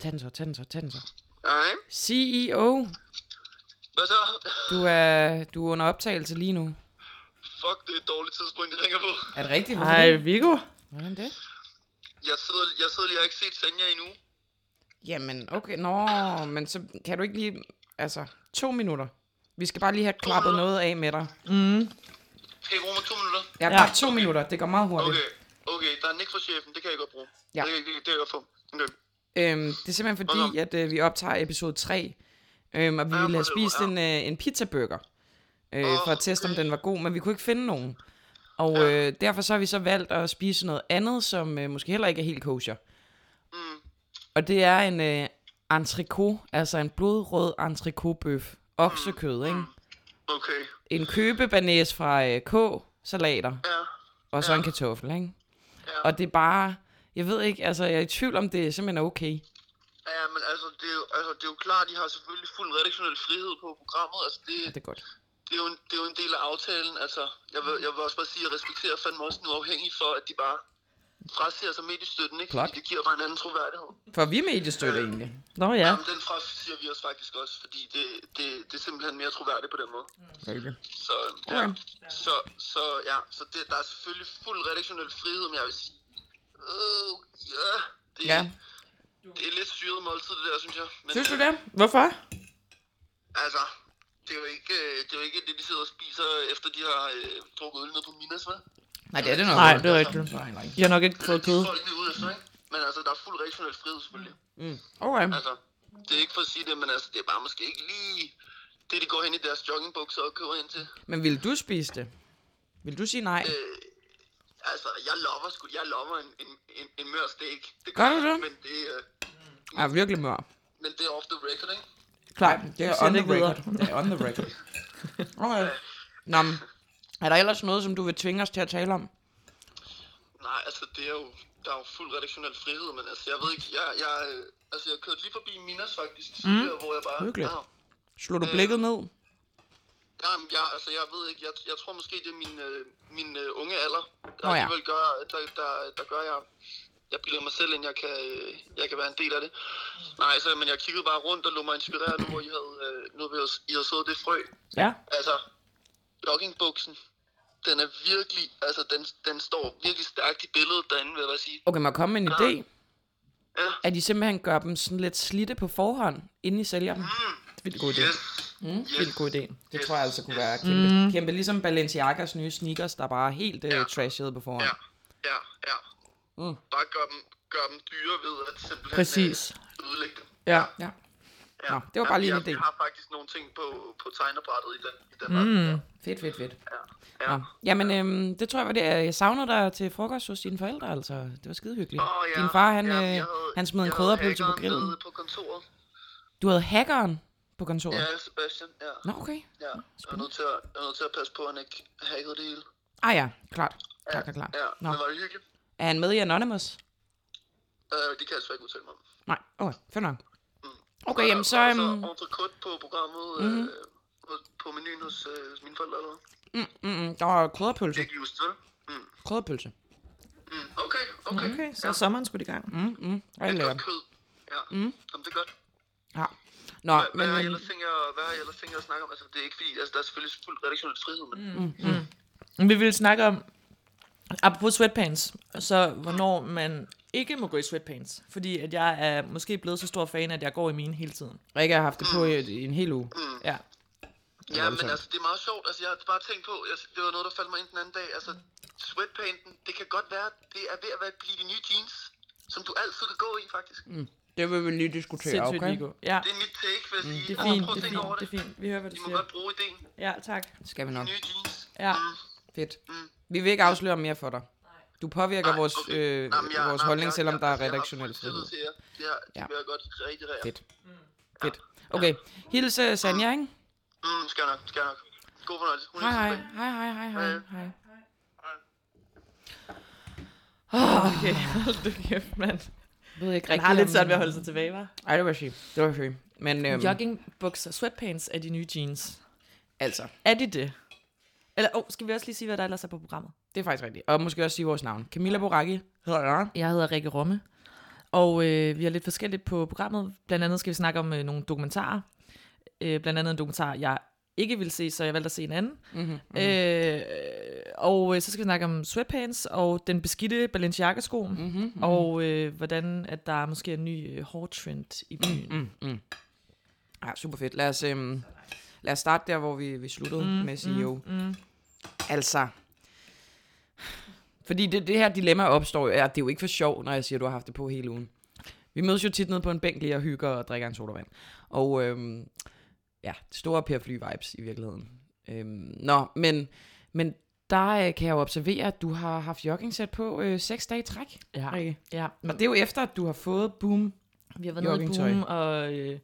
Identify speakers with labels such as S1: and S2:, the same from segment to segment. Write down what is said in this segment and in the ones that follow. S1: Tag den så, tag den så, tag den så.
S2: Nej.
S1: CEO,
S2: Hvad så?
S1: du er, du er under optagelse lige nu.
S2: Fuck, det er et dårligt tidspunkt, jeg ringer på.
S1: Er det rigtigt? Hvorfor
S3: Ej,
S1: det?
S3: Viggo.
S1: Hvordan det?
S2: Jeg sidder, jeg sidder lige og har ikke set Sanja endnu.
S1: Jamen, okay, nå, men så kan du ikke lige, altså, to minutter. Vi skal bare lige have klappet noget af med dig.
S2: Skal I bruge mig to minutter?
S1: Ja,
S3: Ja.
S1: bare to minutter, det går meget hurtigt.
S2: Okay, okay, der er Nick fra chefen, det kan jeg godt bruge.
S1: Ja.
S2: Det, det, det kan jeg godt få. Okay.
S1: Øhm, det er simpelthen fordi, at øh, vi optager episode 3, øhm, og vi
S2: Ja,
S1: ville have
S2: for det var-
S1: spist en, øh, en pizzaburger, øh, for at teste, om den var god, men vi kunne ikke finde nogen. Og øh, derfor så har vi så valgt at spise noget andet, som øh, måske heller ikke er helt kosher.
S2: Mm.
S1: Og det er en øh, entrecôte, altså en blodrød entrecôtebøf. Oksekød, ikke?
S2: Okay,
S1: En købebanæs fra øh, K-salater,
S2: ja.
S1: og så en kartoffel, ikke?
S2: Ja.
S1: Og det er bare... Jeg ved ikke, altså jeg er i tvivl om, det simpelthen er okay.
S2: Ja, men altså det, er jo, altså, det er jo klart, de har selvfølgelig fuld redaktionel frihed på programmet. Altså, det,
S1: Ja, det er godt.
S2: det, er jo en, det er jo en del af aftalen. Altså, jeg vil, jeg vil også bare sige, at jeg respekterer fandme også nu afhængig for, at de bare frasiger sig midt i støtten, ikke?
S1: Klart.
S2: Fordi det giver bare en anden troværdighed.
S1: For vi er mediestøtte egentlig.
S3: Nå ja.
S2: Jamen, den frasiger vi os faktisk også, fordi det, det, det er simpelthen mere troværdigt på den måde.
S1: Mm. Selvfølgelig.
S2: Så, ja. så, så, ja. så det, der er selvfølgelig fuld redaktionel frihed, men jeg vil sige, øh, ja, det,
S1: Ja.
S2: det er lidt syret måltid, det der, synes jeg. Men,
S1: Synes du
S2: øh,
S1: det?
S3: Hvorfor?
S2: Altså, det er jo ikke, øh, det, er jo ikke det de sidder og spiser, efter de har øh, drukket øl ned på Minas, hva'?
S1: Nej, det er det nok.
S3: Nej,
S1: ikke.
S3: det er rigtigt.
S1: Nej, nej.
S3: Jeg har nok ikke fået kød.
S2: Det er folk lige ude efter, ikke? Men altså, der er fuld regional frihed, selvfølgelig.
S1: Okay.
S2: Altså, det er ikke for at sige det, men altså, det er bare måske ikke lige det, de går hen i deres joggingbukser og køber ind til.
S1: Men vil du spise det? Vil du sige nej?
S2: Øh, altså, jeg lover sgu, jeg lover en, en, en, en mør steak. Det
S1: Gør du
S2: jeg,
S1: det?
S2: Men det, øh,
S1: Ja, virkelig mør.
S2: men det er off the record, ikke?
S1: Klart, det er
S3: siger
S1: øh, on
S3: det
S1: the
S3: ikke
S1: record. Det er on the record. Okay. Nå, men, er der ellers noget, som du vil tvinge os til at tale om?
S2: Nej, altså, det er jo, der er jo fuld redaktionel frihed, men altså, jeg ved ikke, jeg, jeg, øh, altså, jeg kørte lige forbi Minas faktisk, mm. hvor jeg bare...
S1: Hyggeligt.
S2: Ja,
S1: Slår
S2: Mm.
S1: du blikket ned?
S2: Jamen, jeg, altså, jeg ved ikke. Jeg, jeg tror måske, det er min, øh, min øh, unge alder, der,
S1: Nå ja.
S2: alligevel gør, der, der, der gør, jeg, jeg bilder mig selv ind, jeg kan, øh, jeg kan være en del af det. Nej, så, men jeg kiggede bare rundt og lod mig inspirere nu, hvor I havde, øh, nu, hvor I havde sået det frø.
S3: Ja.
S2: Altså, joggingbuksen, den er virkelig, altså, den, den står virkelig stærkt i billedet derinde, vil jeg bare sige.
S1: Okay, må jeg komme med en
S2: Øh.
S1: idé?
S2: Ja.
S1: At de simpelthen gør dem sådan lidt slitte på forhånd, inden I sælger dem. Vildt god idé.
S2: Yes,
S1: Mm,
S2: yes.
S1: vildt god idé. Det tror jeg altså kunne være kæmpe. Mm. Kæmpe ligesom Balenciagas nye sneakers, der bare er helt uh, trashed på forhånd.
S2: ja, ja, ja.
S1: Mm.
S2: Bare gør dem, gør dem dyre ved at simpelthen øh,
S3: Præcis.
S2: ødelægge dem.
S3: Ja.
S1: Ja.
S2: Ja.
S1: Nå, det var bare
S2: Ja,
S1: lige en
S2: jeg,
S1: idé.
S2: Jeg har faktisk nogle ting på, på tegnebrættet i den, i den mm. ja.
S1: Fedt, fedt, fedt.
S2: ja.
S1: Nå. Jamen, øhm, det tror jeg var det. Jeg savnede dig til frokost hos dine forældre, altså. Det var skide hyggeligt.
S2: Åh, ja.
S1: Din far, han,
S2: ja,
S1: øh,
S2: jeg havde-
S1: han smed en
S2: jeg havde
S1: krydderpølse på
S2: hackeren
S1: grillen.
S2: nede På kontoret.
S1: Du havde hackeren på kontoret?
S2: Ja, Sebastian, ja.
S1: Nå, okay.
S2: ja. Jeg, er nødt til at, jeg er nødt til at passe på, at han ikke hackede det hele.
S1: Ah ja, klart. Klart, klart, klart.
S2: Ja,
S1: Nå.
S2: men var det hyggeligt?
S1: Er han med i Anonymous?
S2: Øh, det kan jeg slet ikke udtale mig om.
S1: Nej, okay, fair nok.
S2: Og
S1: Okay,
S2: der
S1: jamen så...
S2: var Mm. altså
S1: Øhm,
S2: entrecote på programmet, mm-hmm. øh, på- på menuen hos, øh, hos mine forældre eller hvad?
S1: mm, mm, mm, der var krydderpølse.
S2: Ikke just, vel? Mm.
S1: Krydderpølse.
S2: Mm. Okay, okay.
S3: Okay, så er sommeren skulle i gang.
S1: Mm, mm, rigtig
S2: Det er
S1: lækkert.
S2: godt kød. Ja, Jamen, det er godt.
S1: Ja. Nå,
S2: Hvad-
S1: men...
S2: Hvad har jeg
S1: øhm,
S2: ellers tænkt jer, hvad har jeg ellers tænkt jer at snakke om? Altså, det er ikke fordi, altså, der er selvfølgelig fuld redaktionel frihed, men mm.
S3: Men Vi ville snakke om, apropos sweatpants, så hvornår man ikke må gå i sweatpants. Fordi at jeg er måske blevet så stor fan, at jeg går i mine hele tiden.
S1: Rikke har haft det
S2: Mm.
S1: på i, i en hel uge.
S3: Ja.
S2: ja, men altså, det er meget sjovt. Altså, jeg har bare tænkt på, altså, det var noget, der faldt mig ind den anden dag. Altså, sweatpanten, det kan godt være, det er ved at være, blive de nye jeans, som du altid kan gå i, faktisk. Mm.
S1: Det vil vi lige diskutere,
S3: Sindssygt,
S1: okay?
S3: Nico. Ja,
S2: Det er mit take, vil jeg sige.
S3: det er
S2: Altså,
S3: fint,
S2: prøv at
S3: det
S2: tænke
S3: er fint,
S2: over
S3: det
S2: det.
S3: er fint. Vi hører, hvad du
S2: I må
S3: siger.
S2: godt bruge idéen.
S3: Ja, tak.
S1: Skal vi nok.
S2: Nye jeans.
S3: Ja.
S1: Fedt. Vi vil ikke afsløre mere for dig. Du påvirker
S2: Nej,
S1: vores,
S2: okay.
S1: øh,
S2: Jamen, jeg-
S1: vores
S2: jamen,
S1: holdning,
S2: jeg-
S1: selvom
S2: jeg-
S1: der er
S2: altså, jeg har
S1: redaktionel
S2: fuld tillid
S1: frihed.
S2: til jer. Det, her, det
S1: Ja.
S2: vil jeg godt rigtig rære.
S1: Fedt. Fedt. Okay. Hils uh, Sanja, ikke?
S2: Mm, skal jeg nok, skal jeg nok. God fornøjelse. Hun er
S1: Hej, hej.
S2: tilbage.
S1: Hej, hej, hej, hej. hej.
S3: Okay, hold du kæft, mand.
S1: Jeg ved ikke
S3: Han
S1: rigtig,
S3: har lidt
S1: om-
S3: svært ved at holde sig tilbage, var.
S1: Ej, det var sygt. Det var sygt. Men øhm,
S3: Joggingbukser, sweatpants er de nye jeans.
S1: altså,
S3: Er de det? Eller, oh, skal vi også lige sige, hvad der ellers er på programmet?
S1: det er faktisk rigtigt. Og måske også sige vores navn. Camilla Boracchi hedder jeg.
S3: Jeg hedder Rikke Romme. Og øh, vi har lidt forskelligt på programmet. Blandt andet skal vi snakke om øh, nogle dokumentarer. Øh, blandt andet en dokumentar, jeg ikke ville se, så jeg valgte at se en anden.
S1: Mm-hmm.
S3: Øh, og øh, så skal vi snakke om sweatpants og den beskidte Balenciaga-sko. Mm.
S1: Mm-hmm.
S3: Og øh, hvordan at der er måske en ny øh, hårtrend i byen.
S1: Mm, mm. Ja, super fedt. Lad os, øhm, lad os starte der, hvor vi, vi sluttede
S3: Mhm,
S1: mm, med CEO. Mm, mm. Altså, fordi det, det her dilemma opstår, ja, det er jo ikke for sjov, når jeg siger, at du har haft det på hele ugen. Vi mødes jo tit nede på en bænk lige og hygger og drikker en sodavand. Og øhm, ja, store Per Fly vibes i virkeligheden. Øhm, nå, men, men der øh, kan jeg jo observere, at du har haft joggingsæt på øh, seks dage i træk.
S3: Ja,
S1: Rikke.
S3: ja.
S1: Og det er jo efter, at du har fået boom.
S3: Vi har været nede i
S1: Joggingtøj.
S3: Boom og, øh,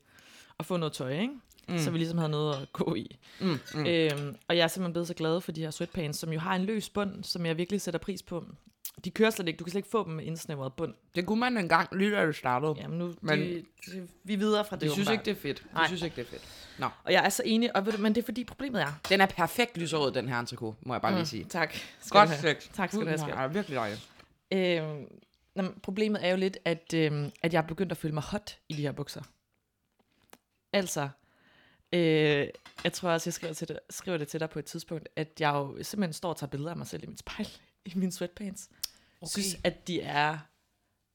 S3: og få noget tøj, ikke? Mm. Så vi ligesom havde noget at gå i.
S1: Mm, mm.
S3: Øhm, og jeg er simpelthen blevet så glad for de her sweatpants, som jo har en løs bund, som jeg virkelig sætter pris på. De kører slet ikke. Du kan slet ikke få dem med indsnævret bund.
S1: Det kunne man engang lige da det startede. Ja,
S3: Jamen nu,
S1: Men-
S3: Men, de, de, vi er videre fra det.
S1: de synes
S3: åbenbart.
S1: ikke, det er fedt. De
S3: Nej.
S1: synes ikke, det er fedt.
S3: Og jeg er så enig, og ved du, men det er fordi problemet er.
S1: Den er perfekt lyserød, den her entrecote, må jeg bare
S3: Mm.
S1: lige sige.
S3: Tak. Skal
S1: Godt
S3: du have.
S1: sex.
S3: Tak skal du have, skat.
S1: Ja, virkelig dejligt.
S3: Øhm, nå, men problemet er jo lidt, at, øhm, at jeg er begyndt at føle mig hot i de her bukser. Altså, øh, jeg tror også, jeg skriver, til dig, skriver det til dig på et tidspunkt, at jeg jo simpelthen står og tager billeder af mig selv i mit spejl, i mine sweatpants. Okay. Synes, at de er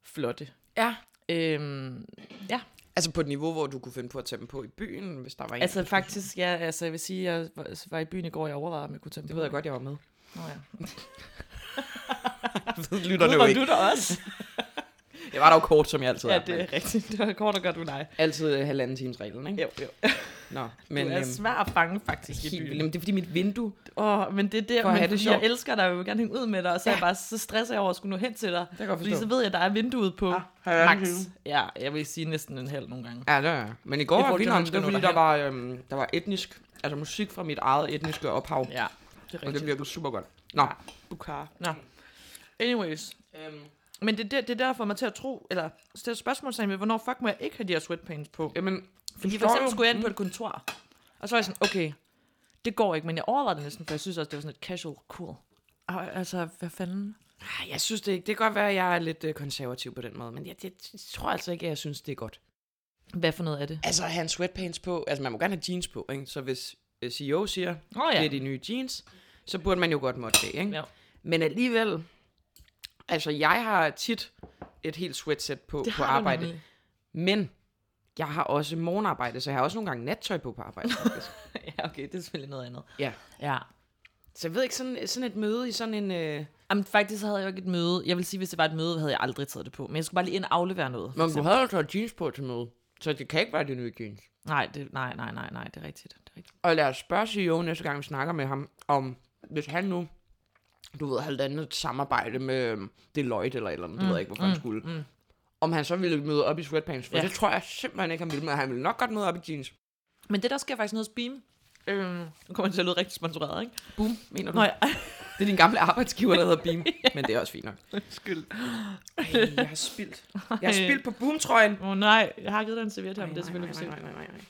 S3: flotte.
S1: Ja.
S3: Øhm, ja,
S1: Altså på et niveau, hvor du kunne finde på at tage dem på i byen, hvis der var en.
S3: altså faktisk, ja, altså, jeg vil sige, at jeg var- var i byen i går, jeg overvejede, om jeg kunne tage dem
S1: det
S3: på.
S1: ved jeg godt, jeg var med.
S3: Nå, ja.
S1: Det lytter
S3: Gud, var du der også?
S1: Jeg var der jo kort, som jeg altid
S3: ja,
S1: er.
S3: det
S1: men
S3: er rigtigt. Det var kort og godt med dig.
S1: Altid øh, halvanden times reglen, ikke?
S3: Jo, jo.
S1: Nå,
S3: Men,
S1: men...
S3: du er
S1: øhm,
S3: svær at fange, faktisk, i
S1: helt
S3: byen.
S1: vildt. Jamen, det er fordi mit vindue...
S3: Åh, men det er der,
S1: For at
S3: men
S1: have det
S3: fordi
S1: sjovt.
S3: jeg elsker dig, og jeg vil gerne hænge ud med dig, og så, ja.
S1: Ja.
S3: jeg bare, så stresser jeg over at skulle nå hen til dig.
S1: Det kan jeg godt
S3: Fordi så
S1: forstå. Ah,
S3: ved jeg, at der er vinduet på
S1: halvanden
S3: ja, max.
S1: time.
S3: Ja, jeg vil sige næsten en halv nogle gange.
S1: Ja, det er jeg. Men i går
S3: Jeg
S1: var
S3: brugte
S1: vilderen, det
S3: den,
S1: var fordi,
S3: skal nå
S1: der var, øhm, der var etnisk... Altså musik fra mit eget etniske ophav.
S3: Ja, det er
S1: Og det
S3: rigtigt.
S1: virkede super godt. Nå.
S3: Bukar. Nå. Anyways.
S1: Øhm,
S3: Men det, er der, det er derfor mig til at tro, eller stille spørgsmål ved, hvornår fuck må jeg ikke have de her sweatpants på?
S1: jamen,
S3: Fordi
S1: forstår Mm.
S3: for eksempel
S1: jo-
S3: skulle jeg ind på et kontor, og så var jeg sådan, okay, det går ikke, men jeg overvejede det næsten, for jeg synes også, det var sådan et casual cool. Og, altså, hvad fanden?
S1: Ej, Jeg synes det ikke. Det kan godt være, at jeg er lidt øh, konservativ på den måde, men jeg, jeg, jeg tror altså ikke, at jeg synes, det er godt.
S3: Hvad for noget er det?
S1: Altså, at have en sweatpants på. Altså, man må gerne have jeans på, ikke? Så hvis øh, CEO siger,
S3: Åh oh,
S1: ja. det er de nye jeans, så burde man jo godt måtte det, ikke?
S3: Ja.
S1: Men alligevel, altså, jeg har tit et helt sweatsæt på, på
S3: har du
S1: arbejde,
S3: nemlig.
S1: men jeg har også morgenarbejde, så jeg har også nogle gange nattøj på på arbejde, faktisk.
S3: ja, okay, det er selvfølgelig noget andet.
S1: ja.
S3: Ja.
S1: Så jeg ved ikke, sådan, sådan et møde i sådan en... Øh...
S3: Jamen, faktisk havde jeg jo ikke et møde. Jeg vil sige, hvis det var et møde, havde jeg aldrig taget det på. Men jeg skulle bare lige ind og aflevere noget. for
S1: Men du
S3: eksempel.
S1: havde altså jeans på til møde, så det kan ikke være de nye jeans.
S3: Nej, det, nej, nej, nej, nej, det er rigtigt. Det er rigtigt.
S1: Og lad os spørge CEO næste gang, vi snakker med ham, om hvis han nu, du ved, havde landet et samarbejde med øhm, Deloitte eller et eller andet, mm, det ved jeg ikke, hvorfor mm, han skulle, mm. om han så ville møde op i sweatpants, for ja.
S3: Ja.
S1: det tror jeg simpelthen ikke, han ville, men han ville nok godt møde op i jeans.
S3: Men det, der sker faktisk noget hos Beam. Øhm, nu kommer det til at lyde rigtig sponsoreret, ikke?
S1: Boom, mener du?
S3: Nå, ja.
S1: Det er din gamle arbejdsgiver, der hedder Beam, men det er også fint nok.
S3: Undskyld.
S1: Ej, jeg har spildt. Jeg har
S3: Ej.
S1: spildt på Boom-trøjen.
S3: Åh, oh, nej. Jeg har givet dig en serviet her, men det er
S1: Nej,
S3: selvfølgelig for
S1: nej, nej,
S3: sent.
S1: nej, nej, nej.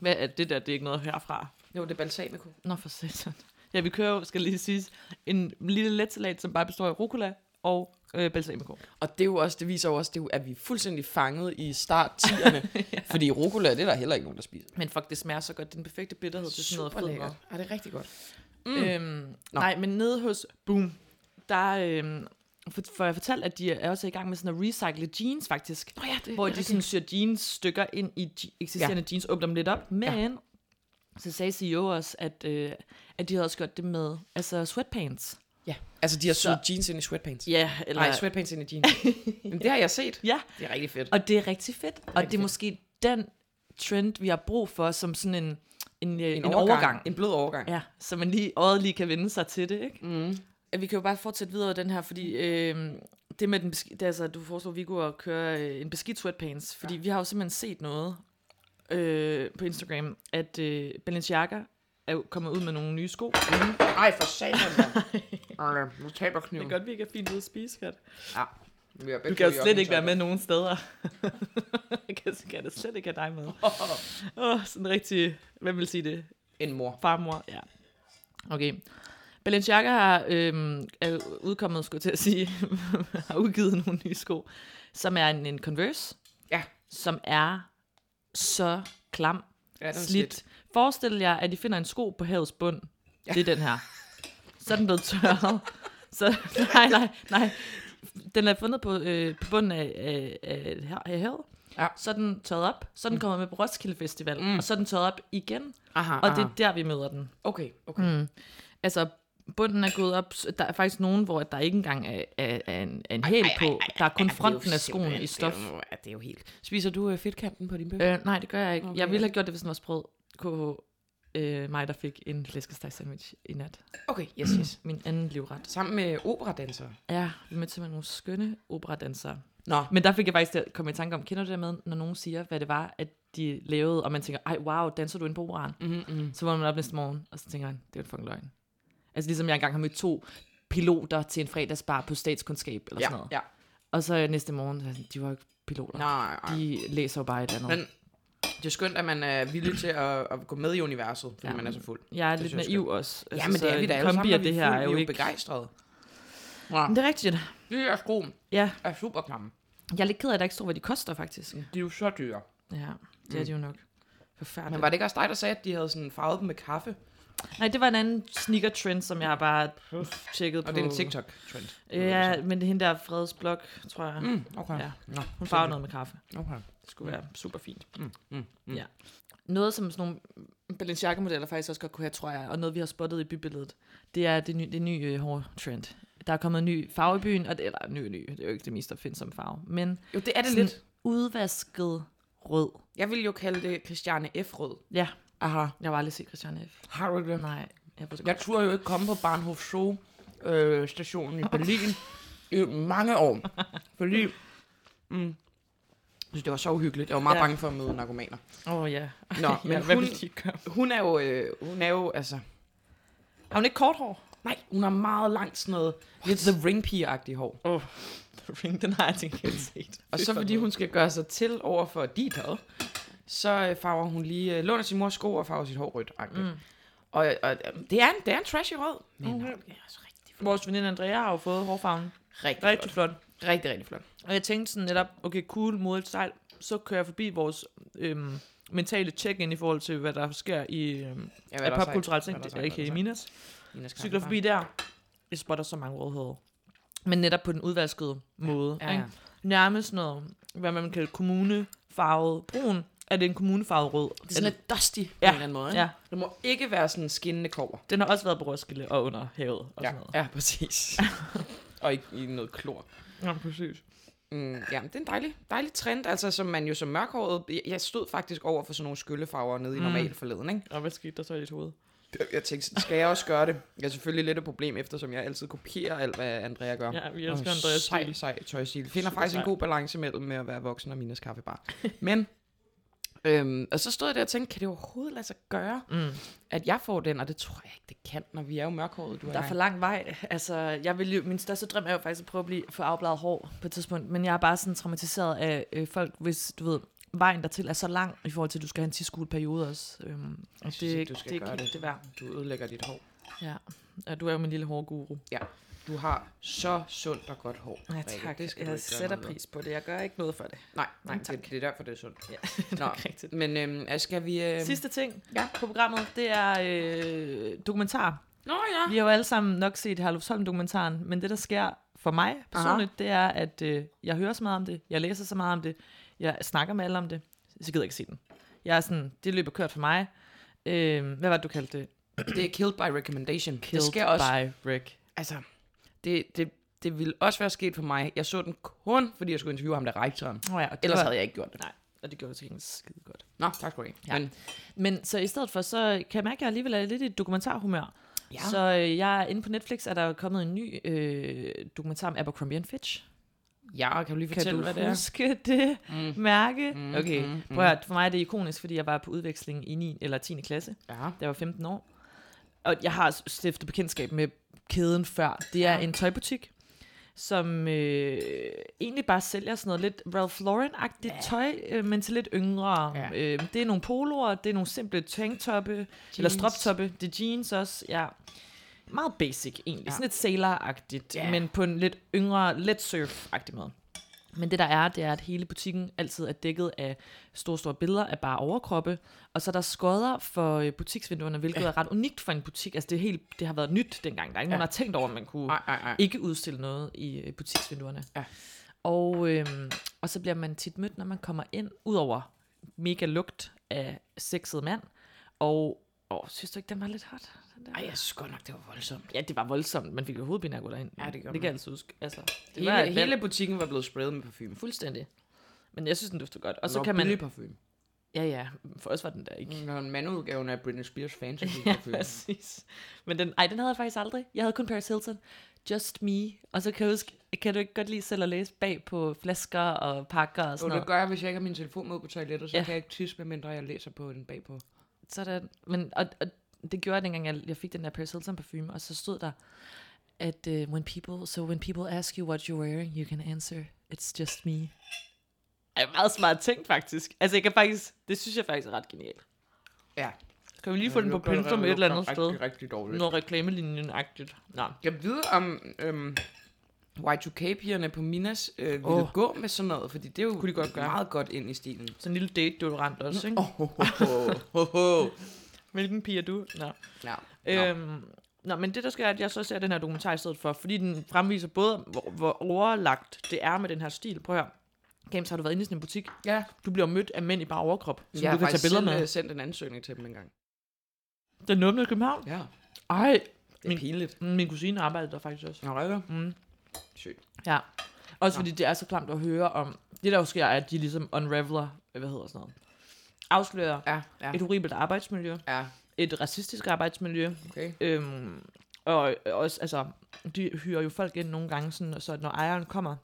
S3: Hvad er det der? Det er ikke noget herfra.
S1: Jo, det er balsamico.
S3: Nå, for satan. Ja, vi kører jo, skal lige siges, en lille let salat, som bare består af rucola og øh, balsamico.
S1: Og det er jo også, det viser jo også, det er jo, at vi er fuldstændig fanget i start ja. Fordi rucola, det er der heller ikke nogen, der spiser.
S3: Men fuck, det smager så godt. Det er Den perfekte bitterhed til sådan noget
S1: Super
S3: fed mad.
S1: lækkert. Ja, det er rigtig godt.
S3: Mm. Øhm,
S1: Nå.
S3: nej, men nede hos Boom, der øhm, for, for jeg fortalte, at de er også i gang med sådan at recycle jeans faktisk.
S1: Nå ja, det
S3: Hvor de sådan syr jeans stykker ind i je- eksisterende ja. jeans, åbner dem lidt op. Men ja. så sagde CEO også, at, øh, at de havde også gjort det med altså sweatpants.
S1: Ja, altså de har syet
S3: Så-
S1: jeans ind i sweatpants.
S3: Ja, eller...
S1: Nej, sweatpants ind i jeans. Men det har jeg set.
S3: ja,
S1: Det er rigtig fedt.
S3: og det er rigtig fedt. Og det er
S1: fedt.
S3: måske den trend, vi har brug for som sådan en, en, øh, en, en overgang.
S1: En blød overgang.
S3: Ja, så man lige, øjet lige kan vende sig til det, ikke? Mm. Vi kan jo bare fortsætte videre med den her, fordi øh, det med den beski- det, er altså, du foreslår Viggo at køre øh, en beskidt sweatpants, fordi ja. vi har jo simpelthen set noget øh, på Instagram, at øh, Balenciaga er jo kommet ud med nogle nye sko. Det
S1: Ej, for satan. mand. Ej, nu taber kniven.
S3: er godt, vi ikke er fint ude at spise, skat.
S1: Ja. Vi er
S3: Du kan jo slet ikke være med nogen steder. jeg kan, kan det slet ikke have dig med. Åh, oh, sådan rigtig, hvem vil sige det?
S1: En mor.
S3: Farmor, ja. Okay. Balenciaga har øhm, er udkommet, skulle jeg til at sige, har udgivet nogle nye sko, som er en, en Converse,
S1: Ja.
S3: som er så klam,
S1: Ja,
S3: slidt. Forestil jer, at I finder en sko på havets bund. Ja. Det er den her. Så er den blevet tørret. Så, nej, nej, nej. Den er fundet på, øh, på bunden af, af, af, et hav- af havet.
S1: Ja.
S3: Så er den tørret op. Så er den mm. kommet med på Roskilde Festival. Mm. Ah. Og så er den tørret op igen.
S1: Aha,
S3: Og det er der, vi møder den.
S1: okay, okay. Mm.
S3: Altså, bunden er gået op. Der er faktisk nogen, hvor der ikke engang er, er, er en, er en hæl på. Der er kun fronten af skoen i stof.
S1: Det er, jo, ja, det er jo helt... Spiser du øh, fedtkanten på din bøf?
S3: Øh, nej, det gør jeg ikke. Okay.
S1: Okay.
S3: Jeg ville have gjort det, hvis den var sprød. KH, øh, mig, der fik en flæskesteg sandwich i nat.
S1: Øh, Okay, yes, yes.
S3: Min anden livret.
S1: Sammen med operadansere.
S3: Ja, vi mødte simpelthen nogle skønne operadansere.
S1: Nå,
S3: Men der fik jeg faktisk til at komme i tanke om, kender du det der med, når nogen siger, hvad det var, at de lavede, og man tænker, ej, wow, danser du ind på operan?
S1: mm-hmm.
S3: Så vågner man op næste morgen, og så tænker han, det er jo en fucking løgn. Altså ligesom jeg engang har mødt to piloter til en fredagsbar på statskundskab, eller
S1: ja,
S3: sådan noget.
S1: ja.
S3: Og så næste morgen, så er jeg sådan, de var jo ikke piloter.
S1: Nej, nej.
S3: De læser jo bare et andet.
S1: Men det er skønt, at man er villig til at, at gå med i universet, fordi
S3: Ja,
S1: ja, man er så fuld.
S3: Jeg er
S1: Det
S3: lidt
S1: synes jeg
S3: naiv også. Altså,
S1: Ja, men det
S3: så
S1: er vi da
S3: en
S1: alle
S3: kombi
S1: sammen,
S3: af
S1: og
S3: det
S1: vi
S3: her er jo ikke...
S1: begejstrede. Nå,
S3: Men Det er rigtigt.
S1: de her sko
S3: Ja,
S1: er super klamme.
S3: jeg er lidt ked af, at der ikke stod, hvad de koster, faktisk.
S1: De er jo så dyre.
S3: Ja, det er de jo nok. Forfærdeligt.
S1: Mm. Men var det ikke også dig, der sagde, at de havde sådan farvet dem med kaffe?
S3: Nej, det var en anden sneaker-trend, som jeg har bare tjekket på.
S1: Og det er en TikTok-trend.
S3: Ja, men hende der Freds blog, tror jeg. Mm.
S1: Mm, okay.
S3: Ja.
S1: Nå,
S3: Hun farvede noget med kaffe.
S1: Okay.
S3: Det skulle være super fint.
S1: Mm, mm, mm.
S3: Ja. Noget, som sådan nogle Balenciaga-modeller faktisk også godt kunne have, tror jeg, og noget, vi har spottet i bybilledet, det er det nye, det nye øh, hårtrend. Der er kommet en ny farve i byen, og det, eller ny, ny, det er jo ikke det mest opfindsomme farve, men
S1: Jo, det er det
S3: sådan
S1: lidt.
S3: udvasket rød.
S1: Jeg vil jo kalde det Christiane F. Rød.
S3: Ja,
S1: Aha.
S3: jeg var aldrig set Christian F.
S1: Har du det?
S3: Nej, jeg ved det
S1: Jeg turde jo ikke komme på Bahnhof Zoo øh, stationen i Berlin i mange år. Fordi... Mm, jeg synes, det var så uhyggeligt. Jeg var meget
S3: Ja.
S1: ja. bange for at møde narkomaner.
S3: Åh, oh, ja.
S1: Nå, men
S3: ja, hvad
S1: hun-
S3: vil de gøre?
S1: Hun er jo, øh, hun er jo altså...
S3: Har hun ikke kort hår?
S1: Nej, hun har meget langt sådan noget, lidt The ring agtig hår.
S3: Åh, oh, The Ring, den har jeg tænkt helt set.
S1: Og så fordi hun skal gøre sig til over for Dieter, så øh, farver hun lige, øh, låner sin mors sko og farver sit hår rødt. Mm. Og, og øh, det, er en, det er en trashy rød. Men
S3: Okay.
S1: okay. det er altså rigtig,
S3: Mm. Vores veninde Andrea har jo fået hårfarven.
S1: rigtig,
S3: Rigtig
S1: rigtig,
S3: flot.
S1: flot. rigtig, rigtig flot.
S3: Og jeg tænkte sådan netop, okay, cool, modigt, sejt. Så kører jeg forbi vores øhm, mentale check-in i forhold til, hvad der sker i øhm,
S1: Ja,
S3: af popkulturelle ting. Det er ikke i Minas. Cykler forbi der. Jeg spotter så mange rødhårede. Men netop på den udvaskede måde.
S1: Ja, ja.
S3: Ikke? Nærmest noget, hvad man kalder kommunefarvet brun. Er det en kommunefarvet rød?
S1: Det er sådan lidt dusty på
S3: Ja,
S1: en eller anden måde. Ikke?
S3: ja.
S1: Det må ikke være sådan en skinnende kover.
S3: Den har også været på Roskilde og under havet. Og
S1: Ja,
S3: sådan noget.
S1: ja, præcis. og i, i noget klor.
S3: ja, præcis.
S1: Mm, ja, det er en dejlig, dejlig trend, altså som man jo som mørkhåret, jeg- jeg stod faktisk over for sådan nogle skyllefarver
S3: Mm.
S1: nede i normal forleden, ikke?
S3: Og hvad skete der så i dit hoved?
S1: Jeg- Jeg tænkte, sådan, skal jeg også gøre det? Jeg er selvfølgelig lidt et problem, eftersom jeg altid kopierer alt, hvad Andrea gør.
S3: Ja, vi
S1: Hun er
S3: elsker Andreas
S1: Sej,
S3: stil.
S1: sej tøjstil. Finder
S3: Super
S1: faktisk en
S3: sej.
S1: god balance mellem med at være voksen og Minas kaffebar. Men, øhm, og så stod jeg der og tænkte, kan det overhovedet lade sig gøre,
S3: Mm.
S1: at jeg får den? Og det tror jeg ikke, det kan, når vi er jo mørkhåret, du og
S3: Der er
S1: jeg.
S3: for lang vej. Altså, jeg vil jo, min største drøm er jo faktisk at prøve at blive, få afbladet hår på et tidspunkt, men jeg er bare sådan traumatiseret af øh, folk, hvis du ved, vejen dertil er så lang i forhold til, at du skal have en 10 periode også. Øhm, og
S1: synes ikke, du skal
S3: det,
S1: gøre
S3: det,
S1: det.
S3: det værd.
S1: Du ødelægger dit hår.
S3: Ja. ja, du er jo min lille hårguru.
S1: Ja, du har så sundt og godt hår.
S3: Ja,
S1: Rikke.
S3: tak.
S1: Det skal du ikke
S3: jeg
S1: gøre
S3: sætter
S1: noget ved.
S3: pris på det. Jeg gør ikke noget for det.
S1: Nej, nej,
S3: Men tak.
S1: det, det er derfor, det er sundt.
S3: Ja,
S1: Nå,
S3: rigtigt.
S1: men øhm, altså, skal vi... Øhm...
S3: Sidste ting
S1: Ja.
S3: på programmet, det er øh, dokumentar.
S1: Nå ja.
S3: Vi har jo alle sammen nok set Herlufsholm-dokumentaren, men det, der sker for mig personligt, Aha. det er, at øh, jeg hører så meget om det, jeg læser så meget om det, jeg snakker med alle om det, så gider jeg ikke se den. Jeg er sådan, det løber kørt for mig. Øh, hvad var det, du kaldte det?
S1: Det er killed by recommendation.
S3: Killed
S1: det sker også...
S3: by Rick.
S1: Altså, det, det, det ville også være sket for mig. Jeg så den kun, fordi jeg skulle interviewe ham, der er rektoren.
S3: Oh, ja, og det
S1: Ellers
S3: var,
S1: havde jeg ikke gjort det.
S3: Nej, og det gjorde jeg til gengæld skide godt.
S1: Nå, tak skal du have.
S3: Ja.
S1: Men,
S3: Men så i stedet for, så kan jeg mærke, at jeg alligevel er lidt i et dokumentarhumør.
S1: ja.
S3: Så øh, jeg er inde på Netflix, er der jo kommet en ny øh, dokumentar om Abercrombie Fitch.
S1: ja, kan du lige
S3: Kan
S1: fortælle,
S3: du
S1: hvad det er?
S3: huske det mm. mærke? Mm.
S1: Mm,
S3: Okay,
S1: mm, mm.
S3: prøv at høre, for mig er det ikonisk, fordi jeg var på udveksling i 9. eller 10. klasse,
S1: Ja.
S3: da jeg var 15 år. Og jeg har stiftet bekendtskab med kæden før. Det er en tøjbutik, som øh, egentlig bare sælger sådan noget lidt Ralph Lauren-agtigt ja. tøj, øh, men til lidt yngre. Ja.
S1: Ja.
S3: Øh, det er nogle poloer, det er nogle simple tanktoppe, eller
S1: Jeans.
S3: stroptoppe, det er jeans også, ja. meget basic egentlig.
S1: Ja.
S3: Ja. Sådan lidt sailor-agtigt,
S1: Ja.
S3: yeah. men på en lidt yngre, let surf-agtig måde. Men det der er, det er, at hele butikken altid er dækket af store, store billeder af bare overkroppe. Og så er der skodder for øh, butiksvinduerne, hvilket ja. er ret unikt for en butik. Altså det, er helt, det har været nyt dengang. Der er ingen,
S1: Ja.
S3: ja. der har tænkt over, at man kunne
S1: Nej, nej, nej.
S3: ikke udstille noget i øh, butiksvinduerne.
S1: Ja.
S3: Og, øhm, og så bliver man tit mødt, når man kommer ind, udover mega lugt af sexet mand. Og åh, synes du ikke, den var lidt hot? Den der?
S1: Ej, jeg synes godt nok, det var voldsomt.
S3: Ja, det var voldsomt. Man fik jo hovedpine af at gå derind.
S1: Ja, det gjorde
S3: det kan
S1: man.
S3: jeg altså huske. Altså, det
S1: Hele,
S3: var
S1: var
S3: et valg.
S1: hele butikken var blevet sprayet med parfume.
S3: Fuldstændig. Men jeg synes, den dufter godt. Og
S1: Og
S3: så kan man...
S1: parfume.
S3: Ja, ja. For os var den der ikke.
S1: Det var en mandudgaven af Britney Spears fans.
S3: Ja, præcis. Men den, ej, den havde jeg faktisk aldrig. Jeg havde kun Paris Hilton. Just me. Og så kan, jeg huske, kan du ikke godt lide selv at læse bag på flasker og pakker og
S1: Og
S3: sådan
S1: det
S3: noget?
S1: gør jeg, hvis jeg ikke har min telefon med på toilettet, så ja.
S3: Ja.
S1: kan jeg ikke tisse, medmindre jeg læser på den bagpå.
S3: Sådan. Men, og, og det gjorde jeg, dengang jeg, jeg fik den der Paris Hilton parfume, og så stod der, at uh, when people, so when people ask you what you're wearing, you can answer, it's just me. Er meget smart ting, faktisk. Altså, jeg kan faktisk, det synes jeg faktisk er ret genialt.
S1: Ja.
S3: Kan vi lige få den på pensum et eller andet sted?
S1: Rigtig, rigtig dårligt.
S3: Noget reklamelinjen-agtigt. Nå.
S1: Jeg ved, om øhm, Y2K-pigerne på Minas øh, ville oh.
S3: Åh.
S1: gå med sådan noget, fordi det er jo
S3: Kunne de godt gøre.
S1: meget godt ind i stilen.
S3: Sådan en lille date-deodorant også, ikke?
S1: Oh, ho, ho, ho, ho.
S3: Hvilken pige er du? Nå.
S1: Ja. Øhm,
S3: Øhm, nå, men det der sker, er, at jeg så ser den her dokumentar i stedet for, fordi den fremviser både, hvor, hvor overlagt det er med den her stil. Prøv at høre. Games, har du været inde i sådan en butik?
S1: ja,
S3: Du bliver mødt af mænd i bare overkrop,
S1: jeg
S3: som du
S1: har
S3: kan tage
S1: faktisk
S3: billeder
S1: selv,
S3: med.
S1: øh, sendt en ansøgning til dem engang.
S3: Den åbnede i København?
S1: Ja,
S3: Ej,
S1: det er
S3: Min-
S1: pinligt.
S3: mm, min kusine arbejdede der faktisk også.
S1: Nå, rigtig.
S3: Mm.
S1: Sygt.
S3: Ja. Også
S1: Nå.
S3: fordi det er så klamt at høre om. Det der jo sker, er, at de ligesom unraveler, øh, hvad hedder sådan noget, afslører
S1: Ja, ja,
S3: et horribelt arbejdsmiljø,
S1: ja,
S3: et racistisk arbejdsmiljø,
S1: okay.
S3: Øhm, og også, altså, de hyrer jo folk ind nogle gange, sådan, så når ejeren kommer,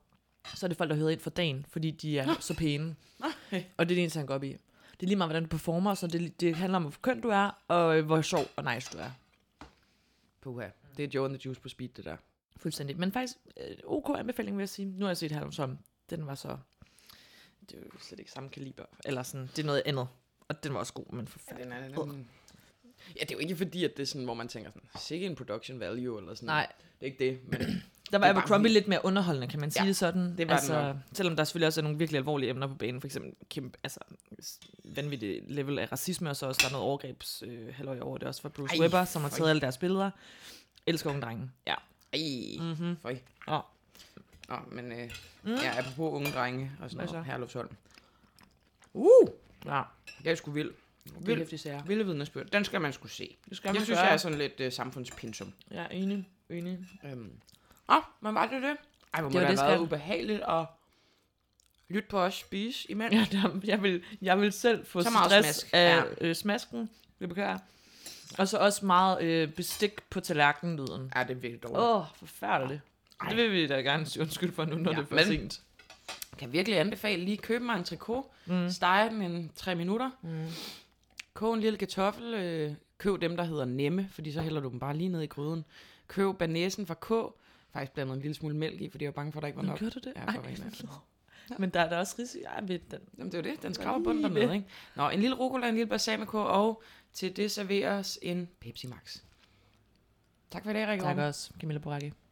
S3: så er det folk, der hører ind for dagen, fordi de er så pæne. Og det er det eneste, han går op i. Det er lige meget, hvordan du performer, så det, det handler om, hvor køn du er, og øh, hvor sjov og nice du er.
S1: Puha. Det er Joe and the Juice på speed, det der.
S3: Fuldstændig. Men faktisk, øh, ok anbefaling, vil jeg sige. Nu har jeg set Halvdom som, den var så... Det er jo slet ikke samme kaliber. Eller sådan, det er noget andet. Og den var også god, men
S1: Ja,
S3: forfærdelig.
S1: den er, den... ja, det er jo ikke fordi, at det er sådan, hvor man tænker sådan, sikke en production value eller sådan
S3: Nej,
S1: Det er ikke det, men
S3: Der var
S1: Det er bare
S3: Abercrombie
S1: vildt.
S3: lidt mere underholdende, kan man sige
S1: Ja,
S3: ja, det sådan.
S1: det var den nok.
S3: altså, selvom der selvfølgelig også er nogle virkelig alvorlige emner på banen, for eksempel kæmpe, altså, s- vanvittigt level af racisme, og så også der er noget overgrebs øh, halløj over det også fra Bruce
S1: Ej,
S3: Ej, Webber, som har
S1: føj.
S3: taget alle deres billeder. Elsker unge drenge. Ja.
S1: ej,
S3: Mm-hmm.
S1: føj.
S3: Nå.
S1: Nå, men øh, mm. ja, apropos unge drenge og sådan
S3: Hvad
S1: noget,
S3: så?
S1: Herlufsholm. Uh,
S3: Ja.
S1: det er sgu vild.
S3: Det er
S1: Vild,
S3: hæftigt sager.
S1: vilde vidnesbyrd. Den skal man skulle se.
S3: Det skal
S1: Jeg,
S3: man
S1: jeg synes,
S3: gøre.
S1: jeg er sådan lidt øh, samfundspinsum.
S3: Ja, enig. Enig.
S1: Øhm. Nå, men var det det? Ej, hvor må
S3: var
S1: det, det
S3: det,
S1: have været
S3: skat.
S1: ubehageligt at lytte på os spise imens.
S3: Ja, der, jeg, vil, jeg vil selv få
S1: Så meget
S3: stress
S1: smask,
S3: af
S1: ja.
S3: øh, smasken. Det beklager. jeg. Og så også meget øh, bestik på tallerkenen-lyden.
S1: Ja, det er virkelig dårligt.
S3: Åh, oh, forfærdeligt.
S1: Ej.
S3: Det vil vi da gerne sige undskyld for nu, når
S1: Ja,
S3: ja, det er for
S1: men-
S3: sent.
S1: Kan virkelig anbefale lige at købe mig en trikot, mm.
S3: Mm.
S1: stege den en tre minutter,
S3: Mm.
S1: kog en lille kartoffel, øh, køb dem, der hedder nemme, fordi så hælder du dem bare lige ned i gryden. Køb banæsen fra K, faktisk blandet en lille smule mælk i, fordi jeg var bange for, at der ikke var
S3: Nå,
S1: nok.
S3: gjorde du det?
S1: Ja,
S3: Ej,
S1: for at være helt
S3: altså.
S1: ærlig.
S3: ja. Men der er der også risiko. Ej, ved den.
S1: Jamen, det er jo det, den
S3: var
S1: skraber
S3: lige
S1: bunden
S3: det.
S1: dernede, ikke? Nå, en lille rucola, en lille balsamico, og til det serveres en Pepsi Max. Tak for i dag, Rikke Orme.
S3: også, Camilla Boracchi.